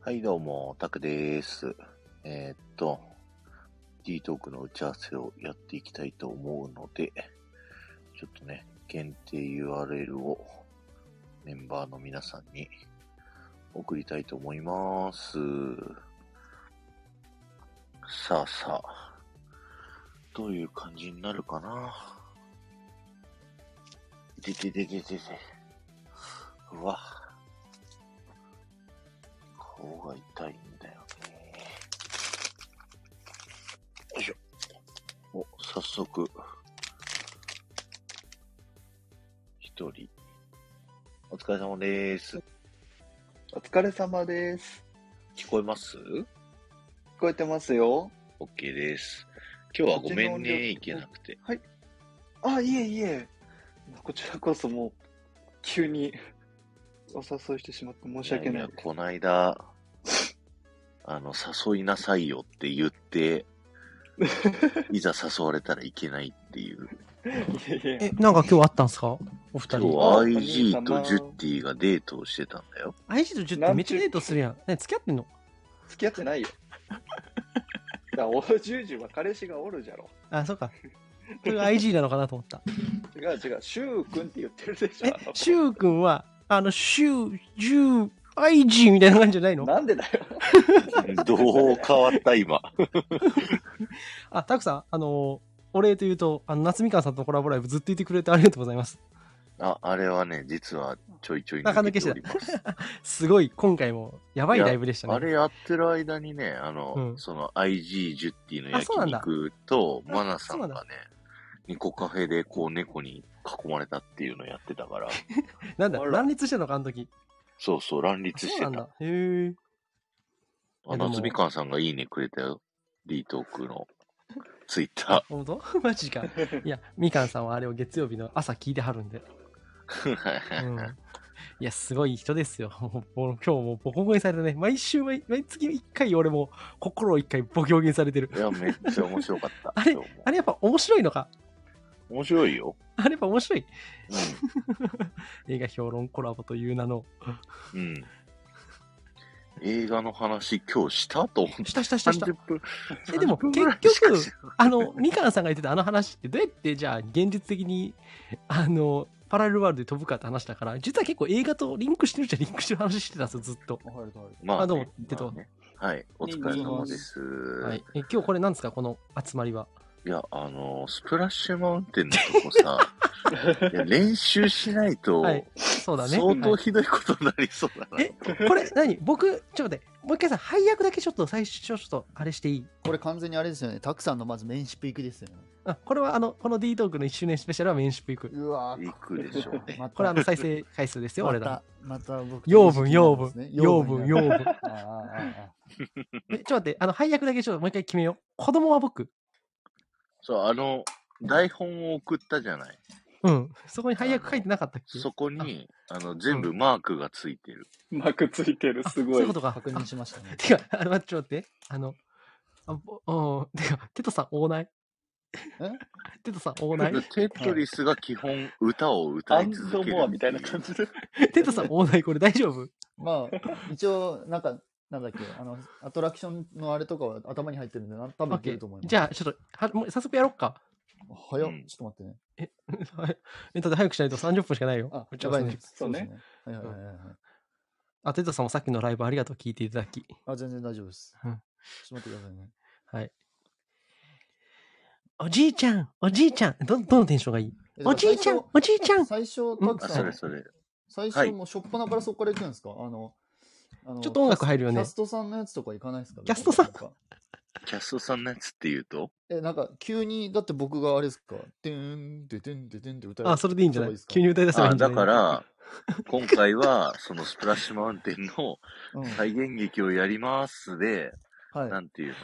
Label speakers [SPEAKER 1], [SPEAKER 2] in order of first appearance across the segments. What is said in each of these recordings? [SPEAKER 1] はい、どうも、タクです。えーっと、D トークの打ち合わせをやっていきたいと思うので、ちょっとね、限定 URL をメンバーの皆さんに送りたいと思います。さあさあ、どういう感じになるかな。でてでてでて。うわ。顔が痛いんだよね。よいしょ。お、早速。一人。お疲れ様です。
[SPEAKER 2] お疲れ様です。
[SPEAKER 1] 聞こえます
[SPEAKER 2] 聞こえてますよ。
[SPEAKER 1] ?OK です。今日はごめんね、いけなくて。
[SPEAKER 2] あ、いえいえ。こちらこそもう、急に お誘いしてしまって申し訳な
[SPEAKER 1] や
[SPEAKER 2] い
[SPEAKER 1] やこないだ、あの、誘いなさいよって言 って、いざ誘われたらいけないっていう。
[SPEAKER 2] です。いえいえ。
[SPEAKER 3] え、なんか今日あったんすかお二
[SPEAKER 1] 今日
[SPEAKER 3] 人。
[SPEAKER 1] は IG とジュッティがデートをしてたんだよ。
[SPEAKER 3] アイシとジュってめっちゃデートするやん。ね、付き合ってんの
[SPEAKER 2] 付き合って ないよ。だから、お10時は彼氏がおるじゃろ。
[SPEAKER 3] あ、そうか。それが IG なのかなと思った。
[SPEAKER 2] 違う違う、シュウ君って言ってるでしょ
[SPEAKER 3] え
[SPEAKER 2] あの。、
[SPEAKER 3] シュウ君は、あの、シュウ、ジュウ、IG みたいな感じじゃないの
[SPEAKER 2] なんでだ よ。
[SPEAKER 1] どう変わった今。
[SPEAKER 3] あ、タクさん、あの、お礼というと、あの、夏みかんさんとのコラボライブずっといてくれてありがとうございます。
[SPEAKER 1] あ、あれはね、実はちょいちょい抜けております。
[SPEAKER 3] すごい、今回も、やばいライブでしたね。
[SPEAKER 1] あれやってる間にね、あの、
[SPEAKER 3] うん
[SPEAKER 1] その IG ジュッティの
[SPEAKER 3] あそうなん
[SPEAKER 1] 焼
[SPEAKER 3] だ
[SPEAKER 1] 肉と、マナさん
[SPEAKER 3] そ
[SPEAKER 1] が
[SPEAKER 3] う
[SPEAKER 1] ね
[SPEAKER 3] なん、
[SPEAKER 1] ニコカフェでこう猫に囲まれたっていうのやってた から、
[SPEAKER 3] なんだ、
[SPEAKER 2] あら
[SPEAKER 3] 乱立してたのか、あの時。
[SPEAKER 1] そうそう、乱
[SPEAKER 3] あ
[SPEAKER 1] 立し
[SPEAKER 3] そう
[SPEAKER 1] て
[SPEAKER 3] なん
[SPEAKER 1] た。
[SPEAKER 3] だ。へえ。
[SPEAKER 1] あ、
[SPEAKER 3] いやでも
[SPEAKER 1] 夏みかんさんがいいねくれたよ。D トークのツイッ タ
[SPEAKER 3] 本当 マジか。いや、みかんさんはあれを月曜日の朝聞いてはるんで。
[SPEAKER 1] ー。
[SPEAKER 3] うん いや、すごい人ですよ。もうもう今日もうボコボコにされてね、毎週毎、毎月1回俺も心を1回ボキボキにされてる。
[SPEAKER 1] いや、めっちゃ面白かった。
[SPEAKER 3] あれ
[SPEAKER 1] 今日も
[SPEAKER 3] あれやっぱ面白いのか
[SPEAKER 1] 面白いよ。
[SPEAKER 3] あれやっぱ面白い。映画評論コラボという名の。
[SPEAKER 1] うん。うん。映画の話今日したと思って。
[SPEAKER 3] したしたしたした
[SPEAKER 1] 30。分。
[SPEAKER 3] えでも
[SPEAKER 1] 30分ぐらいしかしてない
[SPEAKER 3] あの、みかんさんが言ってたあの話ってどうやってじゃあ現実的に、あの、パラレルワールドで飛ぶかって話だから、実は結構映画とリンクしてるじゃリンクしてる話してたんですよ、ずっと。
[SPEAKER 1] まあ、
[SPEAKER 3] あどうも出てます
[SPEAKER 1] ね。はい、お疲れ様です。
[SPEAKER 3] はい
[SPEAKER 1] い、、
[SPEAKER 3] え今日これなんですかこの集まりは。
[SPEAKER 1] や、あの、スプラッシュマウンテンのとこさ、 いや練習しないと、
[SPEAKER 3] はい。そうだね。
[SPEAKER 1] 相
[SPEAKER 3] は
[SPEAKER 1] 当
[SPEAKER 3] い
[SPEAKER 1] ひどいことになりそうだな。
[SPEAKER 3] え、これ何僕、ちょっと待って、もう一回さ、配役だけちょっと最初、ちょっとあれしていい
[SPEAKER 4] これ完全にあれですよね。たくさんのまずメンシップ行くですよね。
[SPEAKER 3] あこれはあの、この D トークの1周年スペシャルはメンシップいく。
[SPEAKER 4] うわ
[SPEAKER 1] 行くでしょうね。
[SPEAKER 4] また
[SPEAKER 3] これあの再生回数ですよ、俺
[SPEAKER 4] ま
[SPEAKER 3] ら
[SPEAKER 4] た、また僕と
[SPEAKER 3] 養分
[SPEAKER 4] 意識なんですね
[SPEAKER 3] 養分
[SPEAKER 4] 養分
[SPEAKER 3] 養分
[SPEAKER 4] ああああ
[SPEAKER 3] の。えちょっと待って、あの、配役だけちょっともう一回決めよう。子供は僕。
[SPEAKER 1] そう、あの、台本を送ったじゃない。
[SPEAKER 3] うん。そこに配役書いてなかったっけ
[SPEAKER 1] そこに、あの、全部マークがついてる。
[SPEAKER 2] 幕ついてる、
[SPEAKER 3] あ
[SPEAKER 2] す
[SPEAKER 3] そう
[SPEAKER 2] ご
[SPEAKER 3] いう
[SPEAKER 2] い
[SPEAKER 3] こ。と
[SPEAKER 4] あ
[SPEAKER 3] か。
[SPEAKER 4] 確認しましたね
[SPEAKER 3] あ。てか、あの、待って、ちょっと待って。あの、あぼうん。てか、テトさん、オーナイ。 テトさん、オーナ イ。
[SPEAKER 1] テトリスが基本歌を歌
[SPEAKER 2] ア
[SPEAKER 1] い
[SPEAKER 2] ン
[SPEAKER 1] 続
[SPEAKER 2] ド
[SPEAKER 1] けるっていう。
[SPEAKER 2] モアみたいな感じで。
[SPEAKER 3] テトさん、オーナイ、これ大丈夫
[SPEAKER 4] まあ、一応、なんか、なんだっけ、あの、アトラクションのあれとかは頭に入ってるんで、な多分いけると思います。
[SPEAKER 3] じゃあ、ちょっと、はもう早速やろっか。
[SPEAKER 4] 早っ、
[SPEAKER 1] うん
[SPEAKER 4] ちょっと待ってね。
[SPEAKER 3] はい えだって早くしないと30分しかないよ。
[SPEAKER 4] あ、
[SPEAKER 3] うち
[SPEAKER 4] や
[SPEAKER 3] は
[SPEAKER 4] ばいね。
[SPEAKER 2] そうね
[SPEAKER 4] です。はいはいはいはい。
[SPEAKER 3] あ、テトさんもさっきのライブありがとう聞いていただき。
[SPEAKER 4] あ、全然大丈夫です。
[SPEAKER 3] う
[SPEAKER 4] ちょ
[SPEAKER 3] ん
[SPEAKER 4] っと待ってくださいね。
[SPEAKER 3] はい。おじいちゃん、おじいちゃん。ど、どのテンションがいい
[SPEAKER 4] え
[SPEAKER 3] おじいちゃん、おじいちゃん。ち
[SPEAKER 4] 最初、た
[SPEAKER 1] あ、
[SPEAKER 4] くさ
[SPEAKER 1] それ
[SPEAKER 4] ん、
[SPEAKER 1] それ。
[SPEAKER 4] 最
[SPEAKER 1] は
[SPEAKER 4] 初
[SPEAKER 1] い
[SPEAKER 4] もうしょっぱなからそこから行くんですかあの、あの
[SPEAKER 3] ょっと音楽入るよ
[SPEAKER 4] キ
[SPEAKER 3] ね
[SPEAKER 4] ャス。トさんのやつとか行かないですか
[SPEAKER 3] キャストさん
[SPEAKER 4] 別になんか
[SPEAKER 1] キャストさんのやつっていうと、
[SPEAKER 4] え、なんか、急に、だって僕があれですか、てん、ててん、ててんって歌
[SPEAKER 3] あ、それでいいんじゃない急に歌い出せばいい
[SPEAKER 1] あ
[SPEAKER 3] んじゃ
[SPEAKER 1] だ
[SPEAKER 3] ない
[SPEAKER 1] から、今回は、そのスプラッシュマウンテンの
[SPEAKER 4] うん
[SPEAKER 1] 再現劇をやりますで、
[SPEAKER 4] はい。
[SPEAKER 1] なんていうの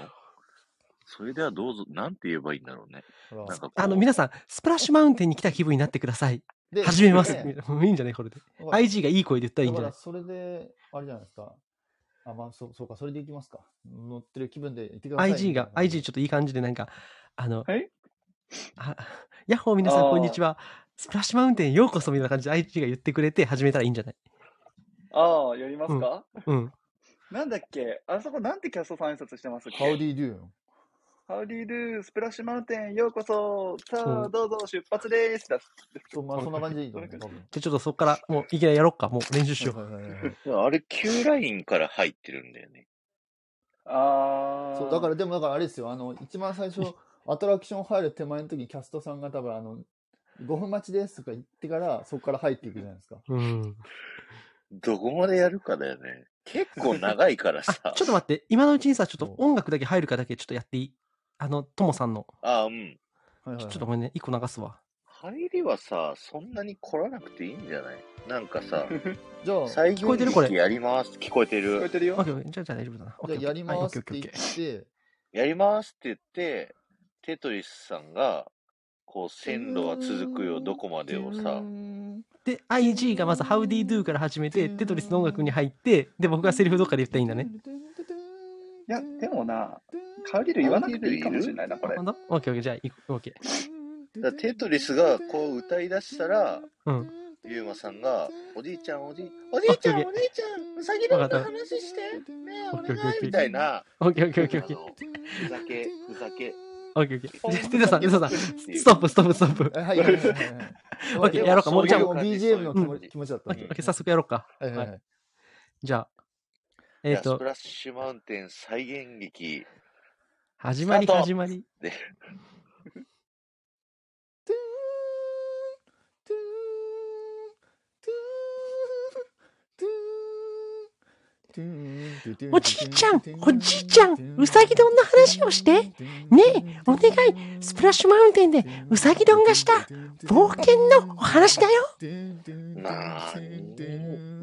[SPEAKER 1] それではどうぞ、なんて言えばいいんだろうね。
[SPEAKER 4] ほら
[SPEAKER 1] なんかこう
[SPEAKER 3] あの、皆さん、スプラッシュマウンテンに来た気分になってください。
[SPEAKER 4] で
[SPEAKER 3] 始めます。
[SPEAKER 4] で
[SPEAKER 3] もういいんじゃないこれで。
[SPEAKER 4] ほら
[SPEAKER 3] IG がいい声で言ったらいいんじ
[SPEAKER 4] だ
[SPEAKER 3] ゃな
[SPEAKER 4] から、
[SPEAKER 3] い
[SPEAKER 4] それで、あれじゃないですか。あ、まあ、そう、そうか、それで行きますか。乗ってる気分で行ってください。
[SPEAKER 3] ?IG が、IG
[SPEAKER 4] ち
[SPEAKER 3] ちょっといい感じでなんか、あの、
[SPEAKER 2] はい
[SPEAKER 3] あヤッホー皆さん
[SPEAKER 2] あー
[SPEAKER 3] こんにちは。スプラッシュマウンテンへようこそみたいな感じで IG が言ってくれて始めたらいいんじゃない
[SPEAKER 2] ああ、やりますか、
[SPEAKER 3] うん。
[SPEAKER 2] なんだっけあそこなんてキャストさん挨拶してますっけ
[SPEAKER 4] ハウディ・デューよ。
[SPEAKER 2] ハウディルー、スプラッシュマウンテン、ようこそ、さ
[SPEAKER 3] そ
[SPEAKER 2] あ、どうぞ、出発です。だ
[SPEAKER 4] そう、まあ、そんな感じでいいと 思う。
[SPEAKER 2] それ
[SPEAKER 4] 多分
[SPEAKER 3] じゃあちょっとそこから、もういきなりやろっか。もう練習しよう。
[SPEAKER 4] はいはいはいはい
[SPEAKER 1] あれ、Q ラインから入ってるんだよね。
[SPEAKER 2] あー。、
[SPEAKER 4] そう、だからら、でも、だからあれですよ。あの、一番最初、アトラクション入る手前の時、キャストさんが多分、あの、5分待ちですとか言ってから、そこから入っていくじゃないですか。
[SPEAKER 3] うん。
[SPEAKER 1] どこまでやるかだよね。結構長いから
[SPEAKER 3] あ
[SPEAKER 1] さ。、
[SPEAKER 3] ちょっと待って。今のうちにさ、ちょっと音楽だけ入るかだけちょっとやっていいあの、ともさんの。
[SPEAKER 1] あ、うん。
[SPEAKER 4] はいはい
[SPEAKER 3] ちょ
[SPEAKER 4] はい
[SPEAKER 3] ちょっとごめんね。一個流すわ。
[SPEAKER 1] 入りはさ、そんなに来らなくていいんじゃないなんかさ、
[SPEAKER 4] じゃあ、
[SPEAKER 1] 最
[SPEAKER 3] 聞こ
[SPEAKER 1] 後
[SPEAKER 3] えてる
[SPEAKER 1] に
[SPEAKER 3] これ
[SPEAKER 1] やります。聞こえて
[SPEAKER 2] 聞こえ
[SPEAKER 1] る。
[SPEAKER 2] てる
[SPEAKER 3] オッ
[SPEAKER 2] よ
[SPEAKER 3] ケ。ーオッケーじゃあ、じゃあ大丈夫だな。オッ
[SPEAKER 4] じ
[SPEAKER 3] ケー
[SPEAKER 4] ゃあやり
[SPEAKER 3] はいオ
[SPEAKER 4] ま
[SPEAKER 3] ッケ
[SPEAKER 4] す
[SPEAKER 3] ー
[SPEAKER 4] っ
[SPEAKER 3] オッケー
[SPEAKER 4] て
[SPEAKER 3] オッケー
[SPEAKER 4] 言って、
[SPEAKER 1] やりますって言って、テトリスさんが、こう、線路は続くよ、どこまでをさ。
[SPEAKER 3] で、IG がまず How d Do から始めて、テトリスの音楽に入って、で、僕がセリフどっかで言ったらいいんだね。。
[SPEAKER 2] いや、でもな、ハウディルー言わなくていいかもしれないな、こ
[SPEAKER 3] あ
[SPEAKER 2] れ
[SPEAKER 3] ほ。んとオッケーオッケーじゃあ、いオッケー。
[SPEAKER 1] だからテトリスがこう歌い出したら、
[SPEAKER 3] うん。
[SPEAKER 1] ユうマさんが、おじいちゃん、おじい、おじいちゃん、おじいちゃん、うさぎのこと話して、ねえ、お願い、みたいな。
[SPEAKER 3] オッケーオッケーオッケーオッケー。
[SPEAKER 1] ふざけ、ふざけ。
[SPEAKER 3] オッケーオッケ
[SPEAKER 1] ほんま
[SPEAKER 3] ー。テトさん、テトさん、ストップ、ストップ、ストッ プ。
[SPEAKER 4] えはいはいはいはいはい。
[SPEAKER 3] オッケー、やろうか。もうじゃあ、
[SPEAKER 1] で
[SPEAKER 3] オ
[SPEAKER 1] も
[SPEAKER 3] ッ
[SPEAKER 1] そういう
[SPEAKER 4] BGM の気
[SPEAKER 1] う
[SPEAKER 4] 持
[SPEAKER 1] ん
[SPEAKER 4] ち気持ちだった
[SPEAKER 3] ケー
[SPEAKER 4] んで。
[SPEAKER 3] オッケー、早速やろうか。
[SPEAKER 4] はいはいは。
[SPEAKER 3] はいじゃあ、
[SPEAKER 1] い
[SPEAKER 3] えっ
[SPEAKER 1] やス
[SPEAKER 3] と
[SPEAKER 1] プ、ラッシュマウンテン再現劇。
[SPEAKER 3] 始まり、
[SPEAKER 1] スタート
[SPEAKER 3] 始まり。おじいちゃんおじいちゃんうさぎ丼の話をしてねえお願いスプラッシ
[SPEAKER 5] シュマウンテンで
[SPEAKER 3] ュ
[SPEAKER 5] うさぎ丼がした冒険のお話だよ
[SPEAKER 1] なあに、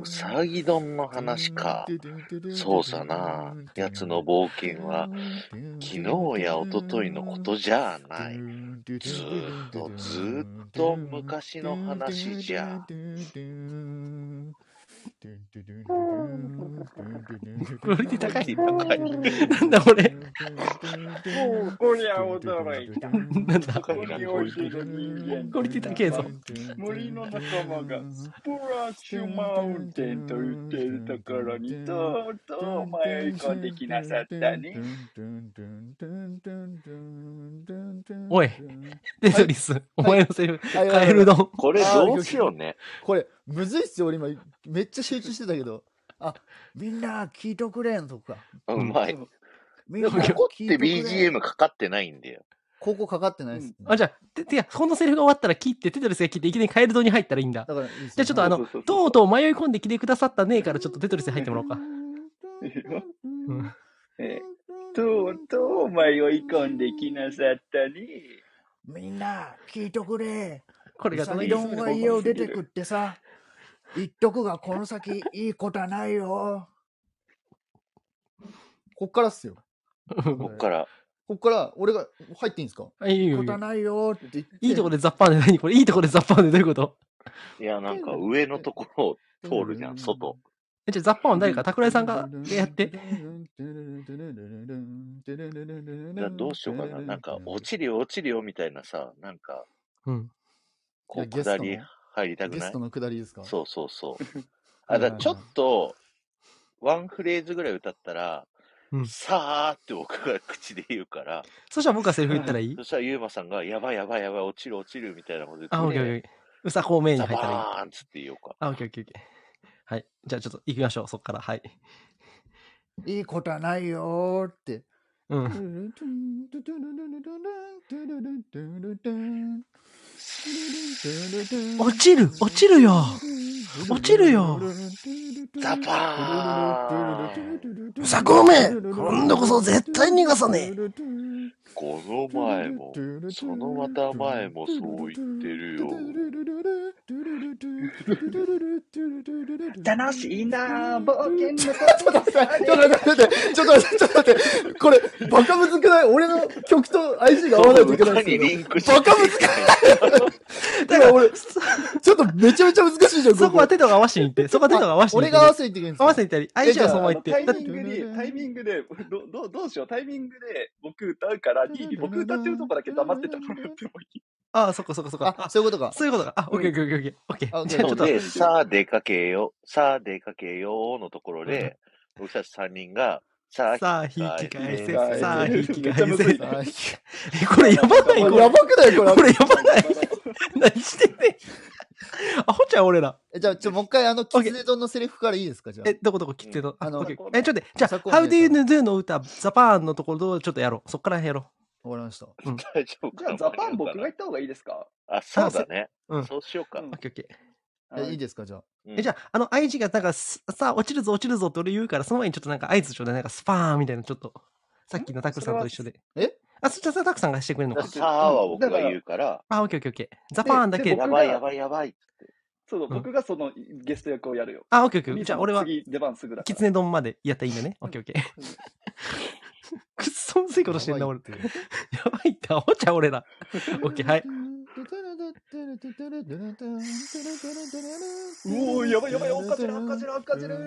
[SPEAKER 1] うさぎ丼の話か。そうさな、やつの冒険は、昨日や一昨日のことじゃあない。ずーっとずーっと昔の話じゃ。
[SPEAKER 3] クオリティ高い。
[SPEAKER 1] 高い。
[SPEAKER 3] なんだこれ。
[SPEAKER 2] もう、こりゃ驚いた。
[SPEAKER 3] なんだ
[SPEAKER 2] ここにおいでる人
[SPEAKER 3] ク
[SPEAKER 2] 間。
[SPEAKER 3] オリティ高えぞ。
[SPEAKER 2] 森の仲間がスプラッシュマウンテンと言っているところにとうとう迷い込んできなさったね。
[SPEAKER 3] おいテトリス、お前のセリフ、
[SPEAKER 4] はいはいはい
[SPEAKER 3] カエル丼。
[SPEAKER 1] これどうしようね。
[SPEAKER 4] これ、むずいっすよ、俺今。めっちゃ集中してたけど。あ、みんな聞いとくれんとか。
[SPEAKER 1] うまい。
[SPEAKER 4] みん
[SPEAKER 1] で
[SPEAKER 4] な
[SPEAKER 1] もここ
[SPEAKER 4] 聞
[SPEAKER 1] っ
[SPEAKER 4] い
[SPEAKER 1] て
[SPEAKER 4] とくれん
[SPEAKER 1] BGM かかってないんだよ。
[SPEAKER 4] ここかかってないっすね。
[SPEAKER 3] あ、じゃあ、て、てか、このセリフが終わったら切って、テトリスが切って、いきなりカエル丼に入ったらいいんだ。
[SPEAKER 4] だからいいっす
[SPEAKER 3] じ
[SPEAKER 4] ね、
[SPEAKER 3] ゃあちょっとあの
[SPEAKER 2] そうそうそうそう
[SPEAKER 3] とうとう迷い込んできてくださったねえから、ちょっとテトリスに入ってもらおうか。うん
[SPEAKER 2] えーとうとう迷い込んできなさったね。
[SPEAKER 5] みんな聞いとくれ
[SPEAKER 3] これが、
[SPEAKER 5] うさ
[SPEAKER 3] この
[SPEAKER 5] ぎ
[SPEAKER 2] どん
[SPEAKER 5] 丼が家を出てくってさ言っとくがこの先いいことはないよ
[SPEAKER 4] こっからっすよ。
[SPEAKER 3] うん
[SPEAKER 1] こっから。
[SPEAKER 4] こっから、俺が入っていいんですか
[SPEAKER 3] あいい
[SPEAKER 5] いい
[SPEAKER 3] よ
[SPEAKER 5] こ
[SPEAKER 3] いい
[SPEAKER 5] と
[SPEAKER 3] よ
[SPEAKER 5] はないよ
[SPEAKER 4] って言って
[SPEAKER 3] いいとこでザッパーで何これいいとこでザッパーでどういうこと
[SPEAKER 1] いや、なんか上のところを通るじゃん、外。
[SPEAKER 3] えじゃあザッパーは誰か桜井さんがやって。
[SPEAKER 1] じゃあどうしようかな。なんか、落ちるよ、落ちるよ、みたいなさ、なんか、
[SPEAKER 3] うん。
[SPEAKER 1] こう、
[SPEAKER 4] いやゲス
[SPEAKER 1] 下
[SPEAKER 4] トの
[SPEAKER 1] り入りたく
[SPEAKER 4] ゲ
[SPEAKER 1] な
[SPEAKER 4] ス
[SPEAKER 1] い
[SPEAKER 4] トのくだりですか
[SPEAKER 1] そうそう そう。
[SPEAKER 4] は
[SPEAKER 1] あ、
[SPEAKER 4] いはい
[SPEAKER 1] だからちょっと、ワンフレーズぐらい歌ったら、
[SPEAKER 3] うん
[SPEAKER 1] さーって僕が口で言うから、
[SPEAKER 3] そしたら僕がセリフ言ったらいい
[SPEAKER 1] そしたらゆうまさんが、やばいやばいやばい、落ちる落ちるみたいなこと言って、
[SPEAKER 3] あ、オッケーオッケー。うさこうメイン
[SPEAKER 1] ザ
[SPEAKER 3] に入ったらいい。
[SPEAKER 1] バーンっつって言おうか。
[SPEAKER 3] あ、オッケーオッケーオッケー。はい。じゃあちょっと行きましょう、そっから。はい。
[SPEAKER 5] いいことはないよって
[SPEAKER 3] うん。落ちる落ちるよ落ちるよ
[SPEAKER 1] ザバーン
[SPEAKER 5] うさごめん今度こそ絶対逃がさねえ
[SPEAKER 1] この前も、 そのまた前もそう言ってるよ。
[SPEAKER 2] 楽しいなあ冒険の
[SPEAKER 4] ちょっと待って、ちょっと待って、ちょっと待って、ちょっと待って、これ、バカむずくない俺の曲と IG が合わないといけない
[SPEAKER 1] 歌
[SPEAKER 4] んで
[SPEAKER 1] にリ
[SPEAKER 4] すけ
[SPEAKER 1] ンクし
[SPEAKER 4] バカ難しい
[SPEAKER 3] だから俺、
[SPEAKER 4] ど、ちょっとめちゃめちゃ難しいじゃん、
[SPEAKER 3] そこは手と合わせに行って、そこは手と合わせに行
[SPEAKER 4] 俺
[SPEAKER 3] って。
[SPEAKER 4] が合わせに行ってくれるんです
[SPEAKER 3] 合
[SPEAKER 4] か
[SPEAKER 3] わせに行ったり、相性はそのまま行
[SPEAKER 2] あ
[SPEAKER 3] っ
[SPEAKER 2] のタ
[SPEAKER 3] て。
[SPEAKER 2] イ
[SPEAKER 3] だ
[SPEAKER 2] ミ
[SPEAKER 3] って
[SPEAKER 2] ングに、タイミングで、どどうどうしよう、タイミングで僕歌う から、リーに僕歌ってるとこだけ黙ってたもらってもいい。
[SPEAKER 3] ああ、そっかそっかそっか。
[SPEAKER 4] あ、
[SPEAKER 3] あ
[SPEAKER 4] そういうことか。
[SPEAKER 3] そういうことか。あ、オッケーオッケーオッケーオッケー。
[SPEAKER 4] あ
[SPEAKER 3] オッケー。じ
[SPEAKER 4] OK
[SPEAKER 3] ゃあちょ
[SPEAKER 1] の
[SPEAKER 3] っと、
[SPEAKER 1] で、さあ出かけよう、さあ出かけようのところで、僕たち3人が、さあ、
[SPEAKER 3] さあ、ひき返せ。さあ、
[SPEAKER 2] 引
[SPEAKER 3] ひ
[SPEAKER 2] き
[SPEAKER 3] き
[SPEAKER 2] 返
[SPEAKER 3] 返
[SPEAKER 2] せ
[SPEAKER 3] せ。
[SPEAKER 2] めっちゃ
[SPEAKER 4] あ
[SPEAKER 3] え、これやばない
[SPEAKER 4] や
[SPEAKER 3] こ
[SPEAKER 4] ば
[SPEAKER 3] れ。
[SPEAKER 4] くないこれ。
[SPEAKER 3] これやばない何してんねん。アホちゃん、俺ら。
[SPEAKER 4] えじゃあ、ちょ、もう一回、あの、キツネドンのセリフからいいですかじゃあ
[SPEAKER 3] え、。どこどこ切ってのあ
[SPEAKER 4] あの
[SPEAKER 3] オッケーえ、ちょっと、じゃあ、
[SPEAKER 4] そこ
[SPEAKER 3] How do you do の歌、ザパーンのところをちょっとやろう。そっからやろ
[SPEAKER 4] わかりました。
[SPEAKER 1] 大丈夫
[SPEAKER 2] じゃ
[SPEAKER 1] か
[SPEAKER 2] あ、
[SPEAKER 1] な
[SPEAKER 2] ザパン僕が行った方がいいですか
[SPEAKER 1] あ、そうだね。
[SPEAKER 3] う。うん。オッ
[SPEAKER 1] そうしようか。
[SPEAKER 2] うん
[SPEAKER 3] ケーオッケー。
[SPEAKER 4] えいいですかじゃあ。
[SPEAKER 1] うん
[SPEAKER 3] え、じゃあ、あの、愛知がなんか、すさあ、落ちるぞ、落ちるぞって俺言うから、その前にちょっとなんか合図ちょうだい。なんか、スパーンみたいな、ちょっと、さっきのタクさんと一緒で。
[SPEAKER 4] え
[SPEAKER 3] あ、そっちはタクさんがしてくれるの
[SPEAKER 1] だ
[SPEAKER 3] か
[SPEAKER 1] から。さあは僕が言うから、
[SPEAKER 3] あ、オッケーオッケーオッケー。ザパーンだ
[SPEAKER 2] で
[SPEAKER 3] け
[SPEAKER 2] で
[SPEAKER 1] や
[SPEAKER 2] 僕。
[SPEAKER 1] ばいやばいやばい。
[SPEAKER 2] そうだ、僕がそのゲスト役をやるよ。
[SPEAKER 3] あ、オッケーオッケ
[SPEAKER 2] み
[SPEAKER 3] ー。
[SPEAKER 2] ー
[SPEAKER 3] じ
[SPEAKER 2] さ
[SPEAKER 3] ゃ
[SPEAKER 2] ん
[SPEAKER 3] あ、俺は、
[SPEAKER 2] 次出番すぐだか
[SPEAKER 3] キ
[SPEAKER 2] ら。
[SPEAKER 3] ツネ丼までやったらいいんだね。オッケーオッケー。くっそむずいことしてんな、俺。
[SPEAKER 4] やばいって
[SPEAKER 3] やばいって、アホちゃう、俺ら。オッケー、はい。
[SPEAKER 2] うおー、やばいやばい、おかしら、おかしら、おかしら。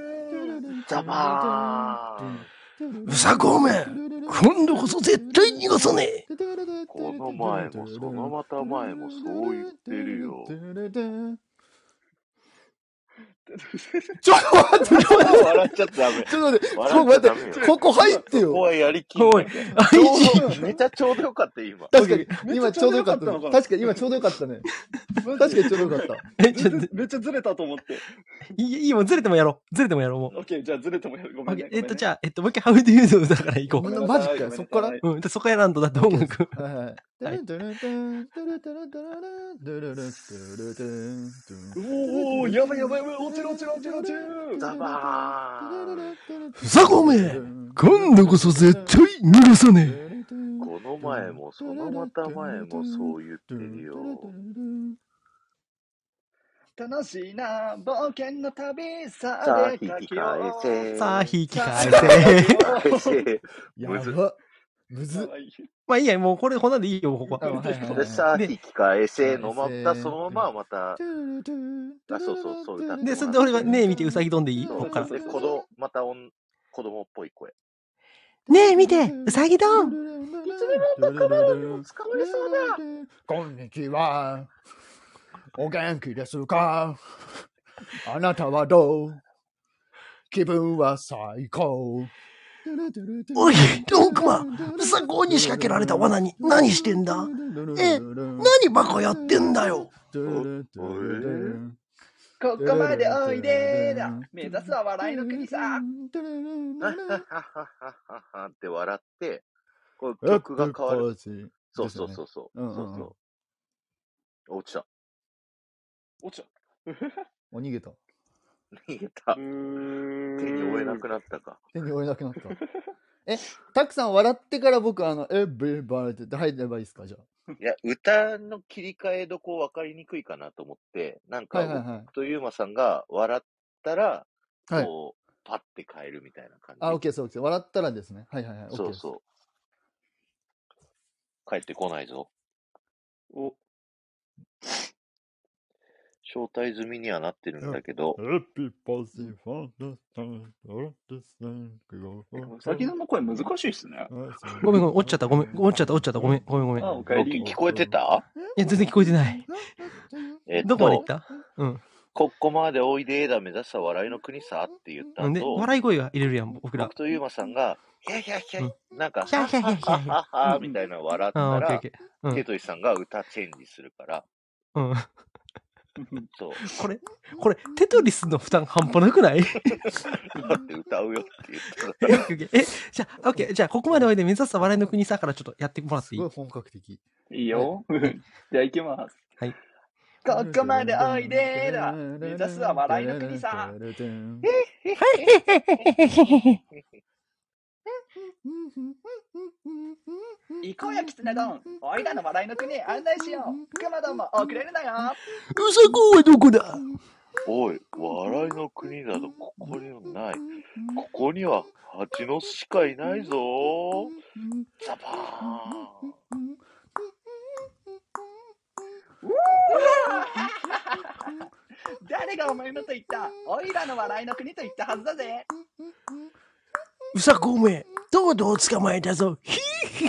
[SPEAKER 1] ザバーン
[SPEAKER 3] うさごめん今度こそ絶対逃がさねえ
[SPEAKER 1] この前もそのまた前もそう言ってるよ。
[SPEAKER 4] ちょっと待って、ちょっと待って
[SPEAKER 1] 笑っちゃダメ。
[SPEAKER 4] ちょっと待って、ちょっ
[SPEAKER 1] 笑っ
[SPEAKER 4] と
[SPEAKER 1] ちゃ
[SPEAKER 4] 待
[SPEAKER 1] ダ
[SPEAKER 4] っ
[SPEAKER 1] メよ
[SPEAKER 4] て、。ここ入って
[SPEAKER 1] ここ
[SPEAKER 4] よ。
[SPEAKER 1] はやりきん
[SPEAKER 3] おい、愛知。
[SPEAKER 1] ちょうどめちゃちょうどよかった、今。
[SPEAKER 4] 確かに、
[SPEAKER 2] めっ
[SPEAKER 4] 今
[SPEAKER 2] ち
[SPEAKER 4] ち
[SPEAKER 2] ゃち
[SPEAKER 4] ょ
[SPEAKER 2] ょ
[SPEAKER 4] う
[SPEAKER 2] うどよ
[SPEAKER 4] どよか
[SPEAKER 2] かっ
[SPEAKER 4] っ
[SPEAKER 2] たた
[SPEAKER 4] ね
[SPEAKER 2] のかな
[SPEAKER 4] 確かに今ちょうどよかったね。確かにちょうどよかった。
[SPEAKER 3] え、ちょっと、
[SPEAKER 2] めっちゃずれたと思って。
[SPEAKER 3] いい、いいもん、ずれてもやろう。ずれてもやろう、もう。
[SPEAKER 2] オッケー、じゃあずれてもやる。ごめん、
[SPEAKER 3] オッ
[SPEAKER 2] ね。
[SPEAKER 3] ケーえっと、じ
[SPEAKER 2] ゃ
[SPEAKER 3] ゃあ、えっと、もう一回、ハウディーズの歌から行こ
[SPEAKER 4] ごめん
[SPEAKER 3] う。うん、でそこやらんと、だって音楽。
[SPEAKER 4] はいはい。
[SPEAKER 3] はい
[SPEAKER 2] おお、やばいやばい、落ちる落ちる落ちる落ちる。
[SPEAKER 1] ザバーン
[SPEAKER 4] ふ
[SPEAKER 3] ざごめ
[SPEAKER 4] ん
[SPEAKER 3] 今度こそ絶対逃がさねえ。
[SPEAKER 1] この前もそのまた前もそう言ってるよ。
[SPEAKER 2] 楽しいな、冒険の旅、さ
[SPEAKER 1] さあ
[SPEAKER 2] あ、
[SPEAKER 1] 引
[SPEAKER 2] 出か
[SPEAKER 1] き
[SPEAKER 2] け
[SPEAKER 1] 返
[SPEAKER 2] よう。
[SPEAKER 1] せ。
[SPEAKER 3] さあ、引き返
[SPEAKER 2] さ
[SPEAKER 3] せ。
[SPEAKER 2] あ
[SPEAKER 1] 返せ。
[SPEAKER 4] や
[SPEAKER 1] むず
[SPEAKER 4] ば。むず
[SPEAKER 2] か。わいい
[SPEAKER 3] まあいいや、もうこれ、こんなんでいいよ、ここ
[SPEAKER 4] あ
[SPEAKER 3] は。
[SPEAKER 4] はいはいは
[SPEAKER 1] で
[SPEAKER 4] い
[SPEAKER 1] さあ引き返せのま
[SPEAKER 4] 返
[SPEAKER 1] た
[SPEAKER 4] せ
[SPEAKER 1] そのまままた。
[SPEAKER 4] あ
[SPEAKER 1] そうそうそう歌って
[SPEAKER 3] で、それで俺は、ねえ見て、うさぎ飛んでいい
[SPEAKER 4] そ
[SPEAKER 3] こ
[SPEAKER 4] う
[SPEAKER 1] そ
[SPEAKER 3] こ
[SPEAKER 1] う
[SPEAKER 3] か
[SPEAKER 1] そ
[SPEAKER 3] ら
[SPEAKER 1] う。で子供またおん子供っぽい声。
[SPEAKER 3] ねえ見てうさぎどん
[SPEAKER 4] いつでも仲間を捕まえそうだこんにちはお元気ですかあなたはどう気分は最高
[SPEAKER 6] おい、ドンクマン、うさこに仕掛けられた罠に何してんだえ何バカやってんだよ
[SPEAKER 2] ここまでおいでーだ。目指すは笑いの国さ。
[SPEAKER 1] って笑って、こう曲が変わる。そうそうそうそう。
[SPEAKER 4] うんうん
[SPEAKER 1] そ
[SPEAKER 4] うん
[SPEAKER 1] うそう落ちた。
[SPEAKER 2] 落ち
[SPEAKER 4] お逃げ た
[SPEAKER 1] 逃げ
[SPEAKER 2] た。
[SPEAKER 1] た。手に負えなくなったか。
[SPEAKER 4] 手に負えなくなったえたくさん笑ってから僕あの「エブリバーデ」って入ればいいですかじゃあ
[SPEAKER 1] いや、歌の切り替えどこ分かりにくいかなと思って、なんか、
[SPEAKER 4] はいはいはい
[SPEAKER 1] 僕とゆうまさんが笑ったら、
[SPEAKER 4] はい
[SPEAKER 1] こう、パッて変えるみたいな感じ。
[SPEAKER 4] あ、オッケーです、オッケーです。笑ったらですね。はいはいはい。
[SPEAKER 1] そう
[SPEAKER 4] OK です
[SPEAKER 1] そう。帰ってこないぞ。
[SPEAKER 2] お、
[SPEAKER 1] 招待済みにはなってるんだけど、
[SPEAKER 2] 先の声難しいっすね。
[SPEAKER 3] ごめんごめん、落ちちゃった、ごめん、落ちちゃった、落ちちゃった、ごめん、ごめん、ごめん。い
[SPEAKER 2] あ、お帰
[SPEAKER 1] ロッキ
[SPEAKER 2] り
[SPEAKER 1] ー。聞こえてた
[SPEAKER 3] や、全然聞こえてない。
[SPEAKER 1] えっ
[SPEAKER 3] どこまで行
[SPEAKER 1] と
[SPEAKER 3] っ、たうん。
[SPEAKER 1] ここまでおいでーだ目指した笑いの国さって言った
[SPEAKER 3] なんで、
[SPEAKER 1] 後、
[SPEAKER 3] 笑い声は入れるやん、僕ら
[SPEAKER 1] 僕。とゆうまさんが、ひゃひゃひゃ
[SPEAKER 3] うん、
[SPEAKER 1] なんか、
[SPEAKER 3] ひゃひゃひゃひゃひゃ
[SPEAKER 1] はははみたいなの笑った
[SPEAKER 3] あ、オッケ
[SPEAKER 1] ら、
[SPEAKER 3] ーオッケー。
[SPEAKER 1] テトリさんが歌チェンジするから、
[SPEAKER 3] うん。うん。
[SPEAKER 1] そう、
[SPEAKER 3] これ、これ、テトリスの負担半端なくないオッケ
[SPEAKER 1] だって歌うよって言ったら、
[SPEAKER 3] ーオッケーえ、じゃあ、オッケー、じゃあ、ここまでおいで目指す笑いの国さからちょっとやってもらって
[SPEAKER 4] す
[SPEAKER 3] いい
[SPEAKER 4] ごい本格的。
[SPEAKER 2] いい よ。じゃあ行きます。
[SPEAKER 3] はい。
[SPEAKER 2] ここまでおいでーだ。目指すは笑いの国さ。行こうよ、キツネドン。おいらの笑いの国へ案内しよう。クマドンも遅れるなよ。
[SPEAKER 6] うさこはどこだ
[SPEAKER 1] おい、笑いの国などここにはない。ここには蜂の巣しかいないぞ。ザバーン。
[SPEAKER 2] 誰がお前のと言ったおいらの笑いの国と言ったはずだぜ。
[SPEAKER 6] うさこめ、とうとう捕まえたぞ。ひ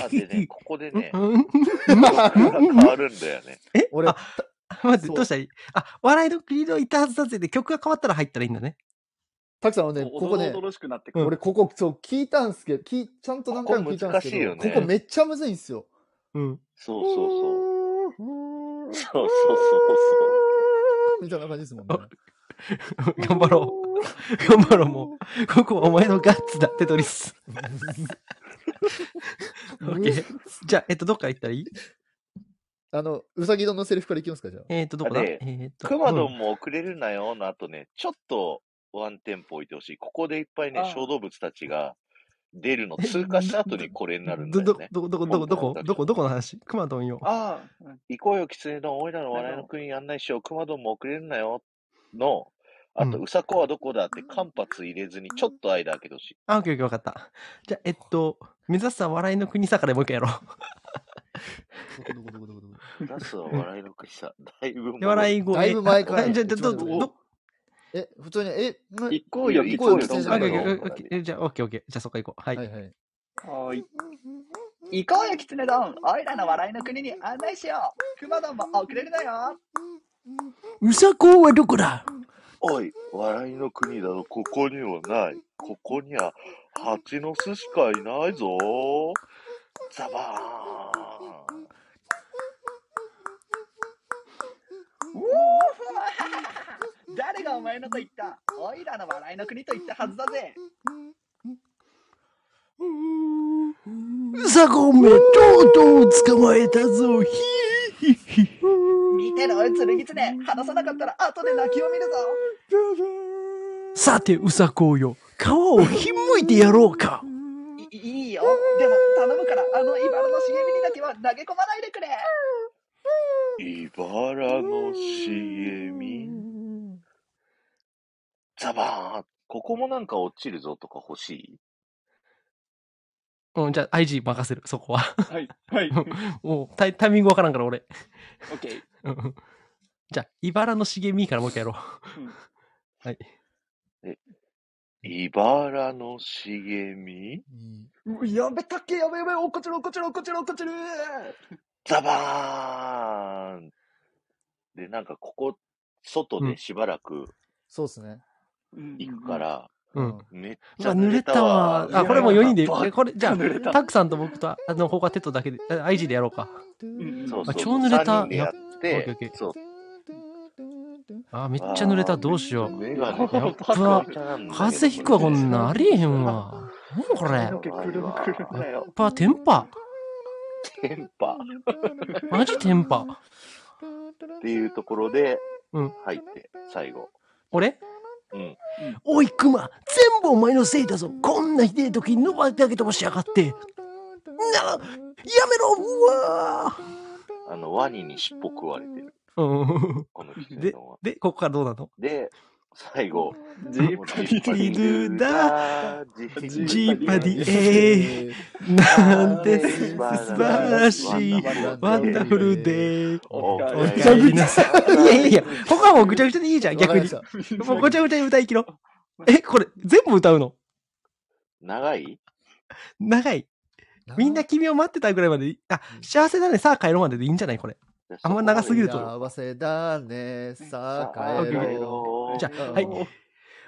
[SPEAKER 1] あ、でね、ここでね、
[SPEAKER 3] うん
[SPEAKER 1] 変わるんだよね。
[SPEAKER 3] え
[SPEAKER 4] 俺
[SPEAKER 3] あ、待って、
[SPEAKER 4] そう
[SPEAKER 3] どうしたらいいあ、笑いの国のいたはずだぜで曲が変わったら入ったらいいんだね。
[SPEAKER 4] たくさんはね、ここね、
[SPEAKER 2] おどろしくなってくる。
[SPEAKER 4] 俺ここ、そう、聞いたんすけど、聞いちゃんと何回も聞いたんですけど、
[SPEAKER 1] ここ難しい
[SPEAKER 4] こ
[SPEAKER 1] よね
[SPEAKER 4] こめっちゃむずいんすよ。
[SPEAKER 3] うん。
[SPEAKER 1] そうそうそう。
[SPEAKER 4] うー
[SPEAKER 1] そ
[SPEAKER 4] ん
[SPEAKER 1] うそうそう
[SPEAKER 4] みたいな感じですもんね。
[SPEAKER 3] 頑張ろう。頑張ろう、もう。ここはお前のガッツだ、テトリス。オッケー。じゃあ、えっと、どっから行ったらいい
[SPEAKER 4] あの、うさぎ丼のセリフからいきま すか、じゃあ。
[SPEAKER 3] えっと、どこだ
[SPEAKER 1] あ
[SPEAKER 3] え
[SPEAKER 1] れ
[SPEAKER 3] っ
[SPEAKER 1] そう。
[SPEAKER 3] と。
[SPEAKER 1] くまど
[SPEAKER 3] うん
[SPEAKER 1] んも遅れるなよの後ね、ちょっとワンテンポ置いてほしい。ここでいっぱいね
[SPEAKER 2] あ、あ
[SPEAKER 1] 小動物たちが出るの通過した後にこれになるんだよね。
[SPEAKER 3] ど、ど、どこ、どこ、どこ、
[SPEAKER 1] 文句なんだけど
[SPEAKER 3] どこ、どこの話くまどんよ。
[SPEAKER 2] ああ、うん
[SPEAKER 1] 行こうよ、キツネ丼、おいらの笑いの国案内しよう、くまどんも遅れるなよの、あと、
[SPEAKER 3] う
[SPEAKER 1] うさこはどこだって間髪入れずにちょっと間開けてほしい。
[SPEAKER 3] あ、オッケーオッケー、わかった。じゃあ、えっと、目指すは笑いの国さからもう一回やろ う。
[SPEAKER 4] どこどこどこど
[SPEAKER 1] 出
[SPEAKER 4] こ
[SPEAKER 1] すは笑いの国 さ、だいぶ
[SPEAKER 3] で、笑い声。
[SPEAKER 4] だいぶ前から
[SPEAKER 3] あじゃあ、じゃあど、
[SPEAKER 4] ち
[SPEAKER 3] ど、
[SPEAKER 4] ょっと
[SPEAKER 3] ど
[SPEAKER 4] 待、え、普通に、え、ん
[SPEAKER 1] 行こうよ、行こうよ、
[SPEAKER 3] あ
[SPEAKER 4] 行こうよ
[SPEAKER 3] オッケ
[SPEAKER 4] ど
[SPEAKER 3] ー
[SPEAKER 4] ん
[SPEAKER 3] オ
[SPEAKER 4] な
[SPEAKER 3] ッケーオッケーオッケーじゃあ、オッケーオッケー。じゃあ、そこ行こう。は
[SPEAKER 4] はい
[SPEAKER 3] い。
[SPEAKER 4] はい。
[SPEAKER 2] おい行こうよ、キツネ丼。おいらの笑いの国に案内しよう。クマ丼も遅れるなよ。
[SPEAKER 6] うさこはどこだ
[SPEAKER 1] おい、笑いの国だろ、ここにはない。ここには、蜂の巣しかいないぞ。ザバーン。
[SPEAKER 2] 誰がお前のと言ったおいらの笑いの国と言ったはずだぜ。
[SPEAKER 6] うさこめとうとう捕まえたぞ。ひいひいひい。
[SPEAKER 2] 見てろ、つるぎつね。話さなかったら後で泣きを見るぞ。
[SPEAKER 6] さて、うさこよ。皮をひんむいてやろ うか。
[SPEAKER 2] いいいよ。でも頼むから、あの茨の茂みにだけは投げ込まないでくれ。
[SPEAKER 1] 茨の茂み。ザバーン。ここもなんか落ちるぞとか欲しい
[SPEAKER 3] うん、じゃあ、IG 任せる、そこは。
[SPEAKER 2] はい、はい。
[SPEAKER 3] もう、タイタイミングわからんから、俺。
[SPEAKER 2] オッケー。
[SPEAKER 3] うんじゃあ、茨の茂みからもう一回やろう。
[SPEAKER 2] うん
[SPEAKER 3] はい。
[SPEAKER 1] 茨の茂み。
[SPEAKER 2] うやべたっけやべやべおっこちるおっこちるおっこちるおっこちる
[SPEAKER 1] ザバーン。で、なんかここ、外でしばらく
[SPEAKER 4] そうっすね。
[SPEAKER 1] 行くか。ら、
[SPEAKER 3] うん。
[SPEAKER 1] めっ
[SPEAKER 3] う
[SPEAKER 1] ちゃ
[SPEAKER 3] わ
[SPEAKER 1] 濡
[SPEAKER 3] 濡
[SPEAKER 1] れ
[SPEAKER 3] れ
[SPEAKER 1] た
[SPEAKER 3] た
[SPEAKER 1] わ
[SPEAKER 3] わ。。
[SPEAKER 2] いや
[SPEAKER 3] あ、これもう4人で、
[SPEAKER 1] ば
[SPEAKER 3] えこれ、じゃ
[SPEAKER 2] 濡れた
[SPEAKER 3] あ、タクさんと僕と、ああの、他テトだけで、あ IG でやろうか。
[SPEAKER 1] そうそう
[SPEAKER 3] あ超濡れた
[SPEAKER 1] 三人でやっ
[SPEAKER 3] やオッケー
[SPEAKER 1] て
[SPEAKER 3] オッケ、ー
[SPEAKER 1] そう。
[SPEAKER 3] あ、めっちゃ濡れた。どうしよう。
[SPEAKER 1] メガネ
[SPEAKER 3] やっ
[SPEAKER 1] パ
[SPEAKER 3] ば
[SPEAKER 1] カパカなんだけど
[SPEAKER 3] 風邪ひくわ、こんなん。ありえへんわ。何これ。やっ
[SPEAKER 2] くるくるだよ。
[SPEAKER 3] ぱ、テンパ。
[SPEAKER 1] テンパっ
[SPEAKER 3] マジテンパ。
[SPEAKER 1] ていうところで
[SPEAKER 3] うん。
[SPEAKER 1] 入って、最後。
[SPEAKER 3] 俺
[SPEAKER 1] うん。
[SPEAKER 6] おい、クマ。全部お前のせいだぞ。こんなひでえ時に伸ばだけ飛ばしやがって。な、やめろうわー
[SPEAKER 1] あの、ワニに尻尾食われてる。
[SPEAKER 3] うん。
[SPEAKER 1] このキツネ丼は。
[SPEAKER 3] で、ここからどうなの
[SPEAKER 1] で、最後。
[SPEAKER 2] ジーパリ
[SPEAKER 1] ジー
[SPEAKER 3] ルダ
[SPEAKER 1] ジーパリルダ
[SPEAKER 3] ジーパディ
[SPEAKER 4] え
[SPEAKER 3] エ
[SPEAKER 4] ー
[SPEAKER 3] なんて素晴らしい。ワンダフルデー。
[SPEAKER 1] お
[SPEAKER 2] お
[SPEAKER 3] お
[SPEAKER 1] か
[SPEAKER 3] かえ
[SPEAKER 1] え
[SPEAKER 3] り
[SPEAKER 1] り
[SPEAKER 3] な
[SPEAKER 1] な
[SPEAKER 3] さ
[SPEAKER 1] さ
[SPEAKER 3] い。いやいやいや、ここはもうぐちゃぐちゃでいいじゃん、
[SPEAKER 4] わ
[SPEAKER 3] 逆
[SPEAKER 4] かり
[SPEAKER 3] に
[SPEAKER 4] まし。た
[SPEAKER 3] もうごちゃごちゃに歌い切ろう。え、これ、全部歌うの
[SPEAKER 1] 長い
[SPEAKER 3] 長い。みんな君を待ってたぐらいまでいい、あ、幸せだね、さあ帰ろうまででいいんじゃないこれ。あんま長すぎると
[SPEAKER 4] 幸せだね、さあ帰
[SPEAKER 1] 帰
[SPEAKER 4] ろ
[SPEAKER 1] ろう。
[SPEAKER 3] じゃあ、はい。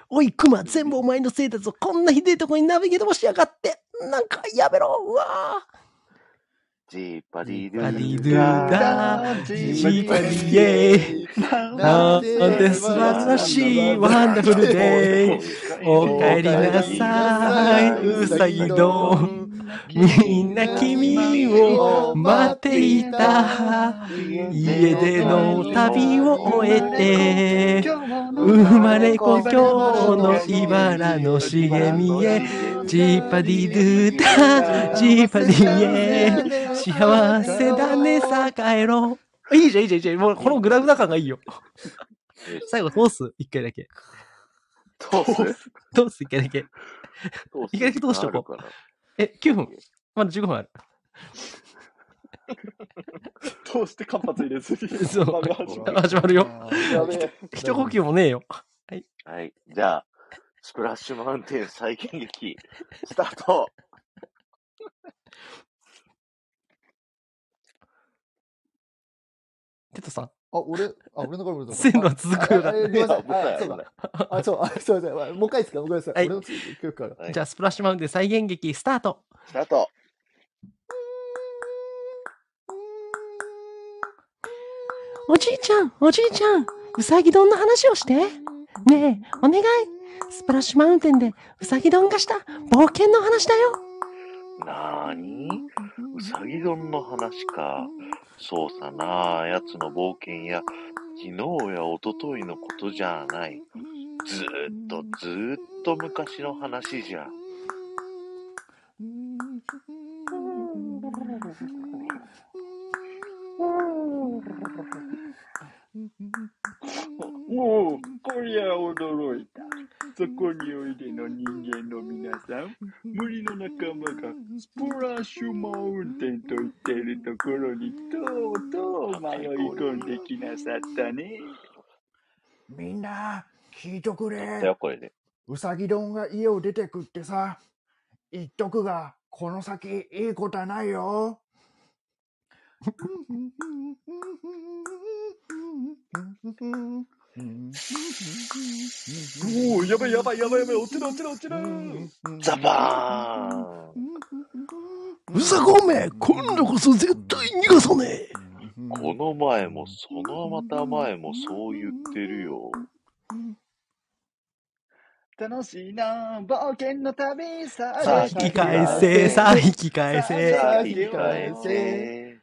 [SPEAKER 6] おい、クマ。全部お前のせいだぞ。こんなひでえとこにナビゲートもしやがって。なんか、やめろうわー
[SPEAKER 1] ジーパリル
[SPEAKER 3] パディドゥ
[SPEAKER 1] ダ
[SPEAKER 3] ダー、ジ
[SPEAKER 4] ジ
[SPEAKER 3] ー
[SPEAKER 4] ー
[SPEAKER 3] パ
[SPEAKER 4] パ
[SPEAKER 3] デ
[SPEAKER 4] デ
[SPEAKER 3] ィ
[SPEAKER 4] ィ
[SPEAKER 3] エー、なんて素晴らしい、ワンダフルデー。おかえりなさいうさぎどんみんな君を待っていた。家での旅を終えて、生まれ故郷の茨の茂みへ、ジーパディドゥタ、ジーパディエ、幸せだね、さ帰ろう。いいじゃん、いいじゃん、いいじゃん。もうこのグダグダ感が いいよ。最後通す、一回だけ。
[SPEAKER 1] 通す
[SPEAKER 3] 通す、一回だけ。いきなり通しとこ
[SPEAKER 1] う。
[SPEAKER 3] え、9分。まだ15分ある。
[SPEAKER 2] 通して間髪入れずに。
[SPEAKER 3] そう
[SPEAKER 2] 漫画始まる
[SPEAKER 3] 始まるよ。
[SPEAKER 2] やべえ。
[SPEAKER 3] 一呼吸もねえよ。
[SPEAKER 1] はい。じゃあ、スプラッシュマウンテン再現劇、スタート
[SPEAKER 3] テトさん。
[SPEAKER 4] あ、俺、あ、俺の声も出た
[SPEAKER 3] 線路は続くよ
[SPEAKER 4] ああえーごめんなさい。
[SPEAKER 1] 僕だ
[SPEAKER 4] あ
[SPEAKER 1] よ
[SPEAKER 4] そうだ。あ、そう、あ、すいませんあ。もう一回いいですかもう一回いいですか
[SPEAKER 3] はい
[SPEAKER 4] 俺の曲から。
[SPEAKER 1] はい
[SPEAKER 3] じゃあ、スプラッシュマウンテン再現劇スタート。
[SPEAKER 1] スタート
[SPEAKER 6] おじいちゃん、おじいちゃん、うさぎ丼の話をして。ねえ、お願い。スプラッシュマウンテンでうさぎ丼がした冒険の話だよ。
[SPEAKER 1] なーにうさぎ丼の話か。そうさな、やつの冒険や、昨日や一昨日のことじゃない。ずーっとずーっと昔の話じゃ。
[SPEAKER 2] もう、こりゃ驚いた。そこにおいでの人間の皆さん、森の仲間がスプラッシュマウンテンと言っているところにとうとう迷い込んできなさったね。
[SPEAKER 5] みんな、聞いとく
[SPEAKER 1] だ
[SPEAKER 5] れ。
[SPEAKER 1] よ、これで。
[SPEAKER 5] うさぎ丼が家を出てくってさ、言っとくが、この先いいことはないよ。
[SPEAKER 2] おお、やばいやばいやばいやばい、落ちる落ちる落ちる。
[SPEAKER 1] ザバーン
[SPEAKER 6] うさごめ、今度こそ絶対逃がさねえ。
[SPEAKER 1] この前も、そのまた前もそう言ってるよ。
[SPEAKER 2] 楽しいなあ冒険の旅さあ
[SPEAKER 1] さあ
[SPEAKER 3] 引き返せ、さあ引き返せ。
[SPEAKER 1] さあ、引き返せ。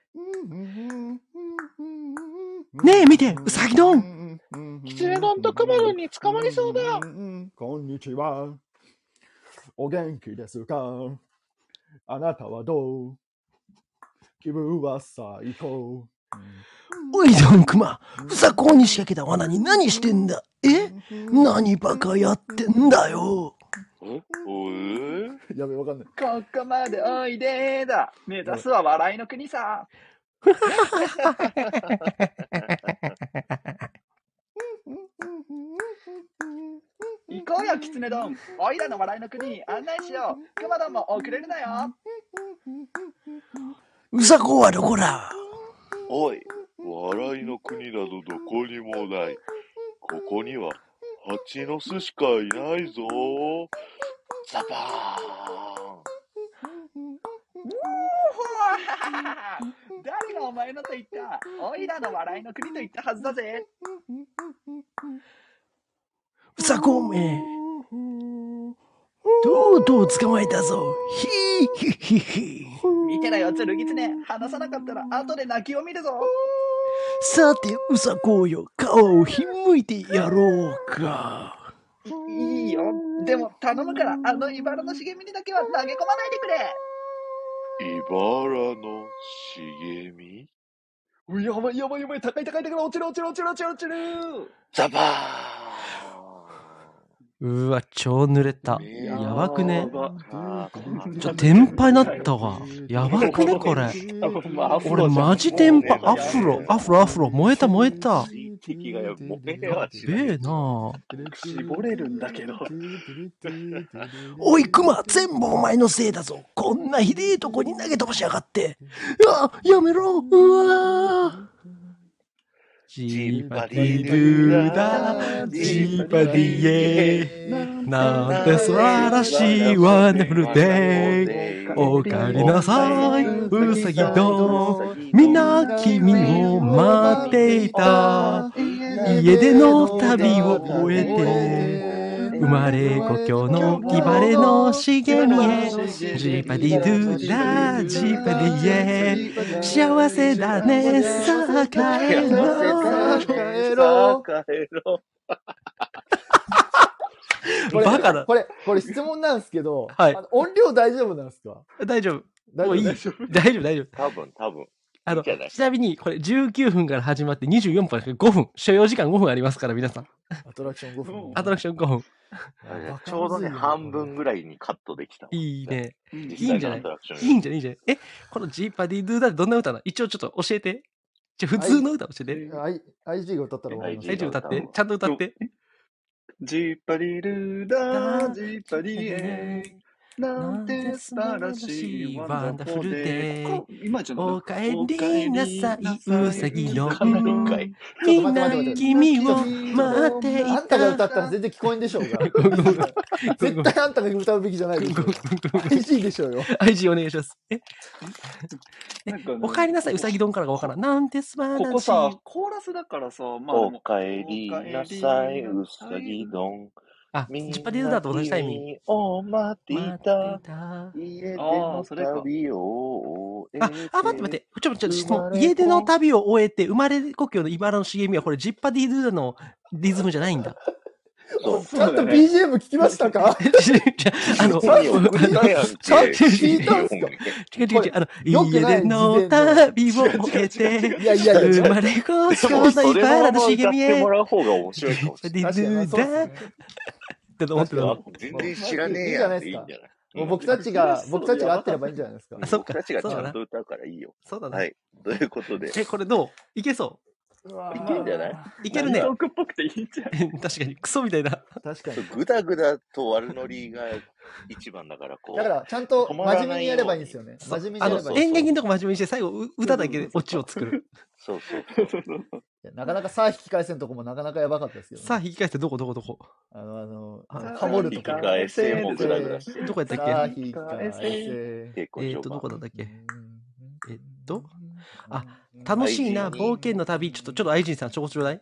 [SPEAKER 6] ねえ、見て、うさぎ丼。
[SPEAKER 4] キツネ丼とクマロに捕まりそうだこんにちは。お元気ですかあなたはどう気分は最高。
[SPEAKER 6] おい、ドンクマ。うさこうに仕掛けた罠に何してんだえ何バカやってんだよ。
[SPEAKER 1] えおえ
[SPEAKER 4] やべ、わかんない。
[SPEAKER 2] ここまでおいでだ目指すは笑いの国さ行こうよキツネ丼おいらの笑いの国に案内しようクマ丼も遅れるなよ
[SPEAKER 6] うさこはどこだ
[SPEAKER 1] おい、笑いの国などどこにもない。ここには、蜂の巣しかいないぞ。ザバ
[SPEAKER 2] 誰がお前のと言ったおいらの笑いの国と言ったはずだぜ
[SPEAKER 6] うさこめ。とうとう捕まえたぞ。ひーひひひ。
[SPEAKER 2] 見てろよ剣ツネ話さなかったら後で泣きを見るぞ
[SPEAKER 6] さて、うさこよ、皮をひんむいてやろうか。
[SPEAKER 2] いいいよでも頼むからあの茨の茂みにだけは投げ込まないでくれ
[SPEAKER 1] ーン茨の茂み
[SPEAKER 2] うやばいやばいやばい高い高い高い落ちる落ちる落ちる落ちる落ちる
[SPEAKER 1] ザバ
[SPEAKER 3] うわ、超濡れた
[SPEAKER 1] ー。ン
[SPEAKER 2] や
[SPEAKER 3] やばくね
[SPEAKER 2] ば
[SPEAKER 1] あー
[SPEAKER 3] ちょ、天パになったわ。やばくね、これ。俺、マジテンパ、アフロ、アフロ、アフロ、燃えた、燃えた。
[SPEAKER 1] 水滴がよ燃えはし
[SPEAKER 3] べ
[SPEAKER 1] ない
[SPEAKER 3] えな
[SPEAKER 2] 絞れるんだけど
[SPEAKER 6] おい、クマ、全部お前のせいだぞ。こんなひでえとこに投げ飛ばしやがって。あ、やめろ。うわ
[SPEAKER 3] ジ
[SPEAKER 1] ジー
[SPEAKER 3] ー
[SPEAKER 1] パ
[SPEAKER 3] パ
[SPEAKER 1] デ
[SPEAKER 3] デ
[SPEAKER 1] ィ
[SPEAKER 3] ィ
[SPEAKER 1] ド
[SPEAKER 3] ド
[SPEAKER 1] ゥ
[SPEAKER 3] ゥ
[SPEAKER 1] ダ
[SPEAKER 3] ダ、
[SPEAKER 1] ジ
[SPEAKER 3] ジ
[SPEAKER 1] ー
[SPEAKER 3] ー
[SPEAKER 1] パ
[SPEAKER 3] パ
[SPEAKER 1] デ
[SPEAKER 3] デ
[SPEAKER 1] ィ
[SPEAKER 3] ィエ。なんて素晴らしいワンダフルデイ。おかえりなさい、うさぎどん。みんな君を待っていた。家での旅を終えて生まれ故郷の茨の茂みへジーパディドゥダジーパディエ幸せだねさあ帰ろう
[SPEAKER 1] 帰ろう帰ろう
[SPEAKER 4] これ
[SPEAKER 3] バカだ
[SPEAKER 4] これ、これ質問なんですけど、
[SPEAKER 3] はい
[SPEAKER 4] あの音量大丈夫なんですか
[SPEAKER 3] 大丈夫
[SPEAKER 4] 大
[SPEAKER 3] も
[SPEAKER 4] 丈夫
[SPEAKER 3] ういい
[SPEAKER 4] 大
[SPEAKER 3] 大
[SPEAKER 4] 丈
[SPEAKER 3] 丈夫大丈夫
[SPEAKER 1] 多分多分
[SPEAKER 3] あ
[SPEAKER 1] いい
[SPEAKER 3] の
[SPEAKER 1] んじゃない
[SPEAKER 3] ちなみにこれ19分から始まって24分5分所要時間5分ありますから皆さん
[SPEAKER 4] 夫アトラクション5分。
[SPEAKER 3] アトラクション5分
[SPEAKER 4] バ
[SPEAKER 1] ち
[SPEAKER 4] カ
[SPEAKER 1] ょう
[SPEAKER 4] む
[SPEAKER 1] ど
[SPEAKER 4] ずい
[SPEAKER 1] ね
[SPEAKER 4] よ
[SPEAKER 1] 半分
[SPEAKER 4] こ
[SPEAKER 1] ぐらいにカットできたわ
[SPEAKER 3] いいね
[SPEAKER 2] うん
[SPEAKER 1] 実
[SPEAKER 3] いい
[SPEAKER 1] 際
[SPEAKER 3] んじゃ
[SPEAKER 1] の
[SPEAKER 3] な
[SPEAKER 1] ア
[SPEAKER 3] い
[SPEAKER 1] トラクション
[SPEAKER 3] いいんじゃないいいんじゃないえこのジーパディドゥダってどんな歌なの一応ちょっと教えてじゃあ普通の歌教えて
[SPEAKER 4] れ。I- IG が歌ったらわかります
[SPEAKER 3] 大丈夫
[SPEAKER 1] が
[SPEAKER 3] 歌
[SPEAKER 1] 歌
[SPEAKER 3] っ
[SPEAKER 1] うわ
[SPEAKER 3] てちゃんと歌って
[SPEAKER 2] ジーパリルーダージーパリエなんて素晴らしいワンダフルデー。今じゃな
[SPEAKER 3] おかえりなさい、うさぎど
[SPEAKER 1] かないん
[SPEAKER 3] ん
[SPEAKER 1] かい。
[SPEAKER 4] ち
[SPEAKER 3] み
[SPEAKER 4] ょっと
[SPEAKER 3] ん
[SPEAKER 4] 待っ
[SPEAKER 3] な
[SPEAKER 4] て待って待って
[SPEAKER 3] 君を待ってい。
[SPEAKER 4] あんたが歌ったたら全然聞こえんでしょ うが。絶
[SPEAKER 3] 絶
[SPEAKER 4] 対あんたが歌うべきじゃないでしょ。嬉しいでしょうよ。
[SPEAKER 3] 愛知お願いします。え
[SPEAKER 2] なんかね
[SPEAKER 3] おかえりなさい、うさぎ丼からがわからん。なんて素晴らしい。
[SPEAKER 2] ここさ、コーラスだからさ、まあでも、
[SPEAKER 1] おかえりなさい、うさぎどん。
[SPEAKER 3] あ、
[SPEAKER 1] み
[SPEAKER 3] ジ
[SPEAKER 1] ん
[SPEAKER 3] パディーズ
[SPEAKER 1] な
[SPEAKER 3] だと同じタイミング。
[SPEAKER 1] 君を待って
[SPEAKER 3] 待
[SPEAKER 1] い
[SPEAKER 3] って
[SPEAKER 1] た
[SPEAKER 3] い。た。
[SPEAKER 1] 家で
[SPEAKER 2] あ
[SPEAKER 1] の
[SPEAKER 2] ーそれか
[SPEAKER 1] 旅を終え
[SPEAKER 3] あ、あ、
[SPEAKER 1] て。
[SPEAKER 3] 待って待って。ちょ、ちょ、質
[SPEAKER 1] 生ま
[SPEAKER 3] 問。
[SPEAKER 1] れ
[SPEAKER 3] 家での旅を終えて、生まれ故郷の茨の茂みは、これ、ジッパディーズのリズムじゃな いんだ。
[SPEAKER 1] そう。
[SPEAKER 4] ちゃん
[SPEAKER 2] そ
[SPEAKER 4] と
[SPEAKER 2] うだね
[SPEAKER 4] BGM 聞きましたか
[SPEAKER 3] えじゃああの、
[SPEAKER 1] ちゃんと送りたやんけ。
[SPEAKER 4] ちゃんと聞いたんすか
[SPEAKER 1] 違
[SPEAKER 3] 違う違う
[SPEAKER 4] こ
[SPEAKER 3] 違
[SPEAKER 4] れ
[SPEAKER 3] う、あの、
[SPEAKER 4] 良く
[SPEAKER 3] 家
[SPEAKER 4] ない
[SPEAKER 3] での旅を終えて、
[SPEAKER 4] いやいやいや
[SPEAKER 3] 生、まれ故
[SPEAKER 1] う
[SPEAKER 3] 郷の
[SPEAKER 1] それのま
[SPEAKER 3] 茨の
[SPEAKER 1] ま
[SPEAKER 3] 茂
[SPEAKER 1] 歌っ
[SPEAKER 3] み
[SPEAKER 1] て
[SPEAKER 3] へ
[SPEAKER 1] も。らう方が面白いかもしれない。
[SPEAKER 3] ジッパ
[SPEAKER 4] 確
[SPEAKER 3] デ
[SPEAKER 4] かに
[SPEAKER 3] ィ
[SPEAKER 4] ま
[SPEAKER 3] ー
[SPEAKER 4] あ
[SPEAKER 3] ズだって思っ
[SPEAKER 4] そうっすね。
[SPEAKER 3] てた
[SPEAKER 1] あ
[SPEAKER 3] の。
[SPEAKER 1] 全然知らねえやんっていいんじゃない
[SPEAKER 4] もう僕たちが、僕たちが合ってればいいんじゃないですか
[SPEAKER 1] う。ん
[SPEAKER 3] そっ
[SPEAKER 1] 僕
[SPEAKER 3] か
[SPEAKER 1] たちが
[SPEAKER 3] そう
[SPEAKER 1] ち
[SPEAKER 3] だ
[SPEAKER 1] ゃ
[SPEAKER 3] なん
[SPEAKER 1] と歌うからいいよ。
[SPEAKER 3] そうだ
[SPEAKER 1] は
[SPEAKER 3] ね。
[SPEAKER 1] い。ということで、
[SPEAKER 3] え、これどういけそう
[SPEAKER 4] わ
[SPEAKER 1] いけんじゃない
[SPEAKER 3] いいける
[SPEAKER 2] ナ
[SPEAKER 3] ね
[SPEAKER 2] イ。トークっぽくていいんじゃん。
[SPEAKER 3] 確かに、クソみたいな。
[SPEAKER 4] 確かに。
[SPEAKER 1] ぐだぐだと悪ノリが一番だから、こう。
[SPEAKER 4] だから、ちゃんと
[SPEAKER 1] 止まらない
[SPEAKER 4] 真面目にやればいいんですよね。
[SPEAKER 3] そ
[SPEAKER 4] 真
[SPEAKER 3] う
[SPEAKER 4] 面目に
[SPEAKER 3] あ
[SPEAKER 4] や
[SPEAKER 3] の
[SPEAKER 4] ればい
[SPEAKER 1] そ
[SPEAKER 4] い
[SPEAKER 1] う
[SPEAKER 4] い
[SPEAKER 1] そう
[SPEAKER 3] 演劇のとこ真面目にして、最後、う歌だけでオチを作る。
[SPEAKER 1] そうそう
[SPEAKER 2] そ
[SPEAKER 1] そうう。
[SPEAKER 2] そうそう。
[SPEAKER 4] や。なかなかさあ引き返せんとこもなかなかやばかったですけどね。
[SPEAKER 3] さあ、引き返して、どこどこどこ。
[SPEAKER 4] あの、あの、
[SPEAKER 3] あの
[SPEAKER 4] ハモると
[SPEAKER 1] さあ引き
[SPEAKER 4] か。
[SPEAKER 1] 返せもぐだぐだして
[SPEAKER 3] どこやったっけ
[SPEAKER 4] さあ引き返せ。
[SPEAKER 1] 結構
[SPEAKER 3] え
[SPEAKER 1] 序
[SPEAKER 3] っ
[SPEAKER 1] 盤。
[SPEAKER 3] と、どこだったっけえっと、あ、
[SPEAKER 1] い
[SPEAKER 3] 楽しいな、
[SPEAKER 1] 愛人に
[SPEAKER 3] 冒険の旅。ちょっと、ちょっと、愛人さん、ちょこちょうだい。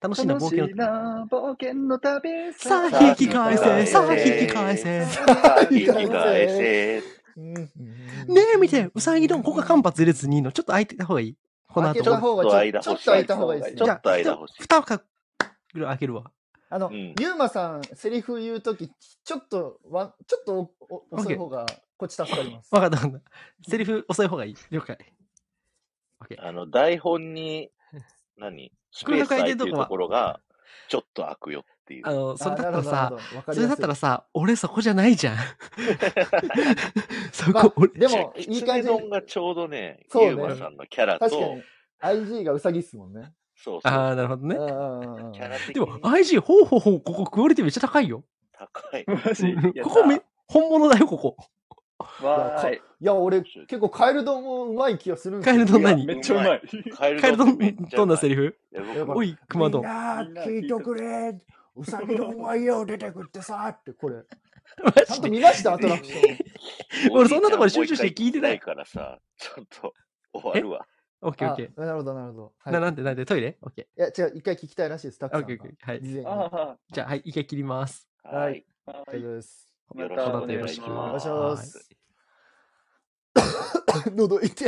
[SPEAKER 3] 楽しいな、
[SPEAKER 2] 楽
[SPEAKER 3] 冒
[SPEAKER 2] し
[SPEAKER 3] 険の
[SPEAKER 2] いな冒険の旅
[SPEAKER 3] さあ、引き返せ、
[SPEAKER 1] さ
[SPEAKER 3] さ
[SPEAKER 1] あ
[SPEAKER 3] あ、
[SPEAKER 1] 引
[SPEAKER 3] 引
[SPEAKER 1] き
[SPEAKER 3] き
[SPEAKER 1] 返
[SPEAKER 3] 返
[SPEAKER 1] せ
[SPEAKER 3] せ。ね
[SPEAKER 1] さあ、引き返せ。
[SPEAKER 3] え、見て、うさぎ丼、ここが間髪入れずにいいの。ちょっと開いてた方がいい。この
[SPEAKER 4] 開け
[SPEAKER 3] 後
[SPEAKER 4] た
[SPEAKER 3] も。
[SPEAKER 4] 方が
[SPEAKER 1] ちょっと間
[SPEAKER 4] ちょちょ
[SPEAKER 1] 欲
[SPEAKER 4] っ
[SPEAKER 1] しい
[SPEAKER 4] と開いた方がいいです
[SPEAKER 1] ちょ
[SPEAKER 4] ね
[SPEAKER 1] っ。と間欲しい
[SPEAKER 3] 蓋をかぐらい開けるわ。
[SPEAKER 4] あの
[SPEAKER 1] う、ん。
[SPEAKER 4] ゆうまさん、セリフ言うとき、ちょっとわん、ちょっとおお遅い
[SPEAKER 3] OK
[SPEAKER 4] 方が、こっち助かります。
[SPEAKER 3] わかったわかった。セリフ遅い方がいい。了解。OK。
[SPEAKER 1] あの、台本に、何スペー
[SPEAKER 3] 空白
[SPEAKER 1] ス
[SPEAKER 3] 空い
[SPEAKER 1] 空
[SPEAKER 3] て
[SPEAKER 1] い
[SPEAKER 3] る
[SPEAKER 1] て
[SPEAKER 3] と
[SPEAKER 1] る
[SPEAKER 3] ことは
[SPEAKER 1] こ、ろが、ちょっと開くよっていう。
[SPEAKER 3] あの、そ
[SPEAKER 4] あ
[SPEAKER 3] れ
[SPEAKER 4] ー
[SPEAKER 3] だ
[SPEAKER 4] な
[SPEAKER 3] っ
[SPEAKER 4] る
[SPEAKER 3] た
[SPEAKER 4] ほ
[SPEAKER 3] ら
[SPEAKER 4] ど、なるほ
[SPEAKER 3] さ、
[SPEAKER 4] ど。わか
[SPEAKER 3] そ
[SPEAKER 4] り
[SPEAKER 3] れ
[SPEAKER 4] や
[SPEAKER 3] だっ
[SPEAKER 4] すい
[SPEAKER 3] たら。さ、俺そこじゃないじゃん。 そ
[SPEAKER 4] まあ
[SPEAKER 3] こ俺、
[SPEAKER 4] でも、い
[SPEAKER 1] キ
[SPEAKER 4] い
[SPEAKER 1] ツ
[SPEAKER 4] 感
[SPEAKER 1] ネ
[SPEAKER 4] じ。
[SPEAKER 1] 丼がちょうどね、
[SPEAKER 4] そ
[SPEAKER 1] ユ
[SPEAKER 4] う
[SPEAKER 1] ーマ
[SPEAKER 4] ね。
[SPEAKER 1] さんのキャラ
[SPEAKER 4] 確かに
[SPEAKER 1] と、。
[SPEAKER 4] IG がウサギっすもんね。
[SPEAKER 1] そうそう
[SPEAKER 3] ああ、
[SPEAKER 1] そう。
[SPEAKER 3] なるほど
[SPEAKER 4] う
[SPEAKER 3] ね
[SPEAKER 4] ん。うんうん
[SPEAKER 1] キャ
[SPEAKER 4] うん。
[SPEAKER 1] ラ的
[SPEAKER 3] でも
[SPEAKER 1] に
[SPEAKER 3] IG、ほうほうほう、ここクオリティめっちゃ高いよ。
[SPEAKER 1] 高い。
[SPEAKER 2] マジ
[SPEAKER 3] うん
[SPEAKER 2] やっ
[SPEAKER 3] ここめ、本物だよ、ここ。
[SPEAKER 2] た。
[SPEAKER 4] いや、
[SPEAKER 2] わ
[SPEAKER 4] か、
[SPEAKER 2] ー
[SPEAKER 4] い
[SPEAKER 2] い。
[SPEAKER 4] や、俺、結構カエル丼もうまい気がするんです
[SPEAKER 3] カエ
[SPEAKER 4] よ
[SPEAKER 3] ル丼
[SPEAKER 4] ね。
[SPEAKER 1] い
[SPEAKER 3] 何
[SPEAKER 1] や
[SPEAKER 2] めっちゃうまい。
[SPEAKER 1] カエル
[SPEAKER 3] カエル
[SPEAKER 1] 丼
[SPEAKER 3] 丼
[SPEAKER 1] めっちゃ
[SPEAKER 3] ど
[SPEAKER 1] うんま。
[SPEAKER 3] ないセリフ
[SPEAKER 1] いや、
[SPEAKER 4] やば
[SPEAKER 1] 僕
[SPEAKER 4] い
[SPEAKER 3] お
[SPEAKER 1] も、
[SPEAKER 3] い、クマ
[SPEAKER 5] みん
[SPEAKER 3] 丼。
[SPEAKER 5] な
[SPEAKER 2] みんな
[SPEAKER 5] 聞いとくれうさぎどんは家を出てくってさって
[SPEAKER 4] こ れ。
[SPEAKER 3] マ
[SPEAKER 4] ちゃん
[SPEAKER 3] ジ
[SPEAKER 4] と
[SPEAKER 3] で。
[SPEAKER 4] 見ましたア
[SPEAKER 1] 事
[SPEAKER 4] ト
[SPEAKER 1] 前
[SPEAKER 4] ラクション。
[SPEAKER 1] に、お
[SPEAKER 3] 俺
[SPEAKER 1] じ
[SPEAKER 3] そん
[SPEAKER 1] いち
[SPEAKER 3] なと
[SPEAKER 1] ゃん
[SPEAKER 3] ころに
[SPEAKER 1] もう
[SPEAKER 3] 集
[SPEAKER 1] 一
[SPEAKER 3] 中して
[SPEAKER 1] 回聞
[SPEAKER 3] 聞いて
[SPEAKER 1] き
[SPEAKER 3] な
[SPEAKER 1] たい
[SPEAKER 3] い。
[SPEAKER 1] からさ、ちょっと終わるわ。
[SPEAKER 3] オッケーオッ
[SPEAKER 4] あ
[SPEAKER 3] ケ、
[SPEAKER 4] なるほど、なるほど。
[SPEAKER 3] ー。
[SPEAKER 4] はい。
[SPEAKER 3] な、ないんてなんて、トイレオッケ
[SPEAKER 4] や、違う、一回聞きたいらしいです、た
[SPEAKER 3] ー。
[SPEAKER 4] く
[SPEAKER 3] オッ
[SPEAKER 4] さ
[SPEAKER 3] ケー
[SPEAKER 4] ん
[SPEAKER 3] オッ
[SPEAKER 4] が。
[SPEAKER 3] ケー。はい。
[SPEAKER 4] 事前に。
[SPEAKER 2] あ
[SPEAKER 3] じゃあ、はい、一回切ります。
[SPEAKER 4] は。
[SPEAKER 1] はいい。
[SPEAKER 2] あ、は
[SPEAKER 4] 大
[SPEAKER 2] い。
[SPEAKER 4] 丈夫です。
[SPEAKER 2] ま
[SPEAKER 1] よ
[SPEAKER 2] た
[SPEAKER 1] ろし
[SPEAKER 3] こ
[SPEAKER 1] く
[SPEAKER 3] の
[SPEAKER 1] お
[SPEAKER 3] 後
[SPEAKER 1] 願
[SPEAKER 3] よろ
[SPEAKER 1] い
[SPEAKER 3] し
[SPEAKER 1] し
[SPEAKER 3] く。
[SPEAKER 4] お願いし
[SPEAKER 1] ま。
[SPEAKER 4] ますす。
[SPEAKER 3] はーい
[SPEAKER 4] 喉痛い。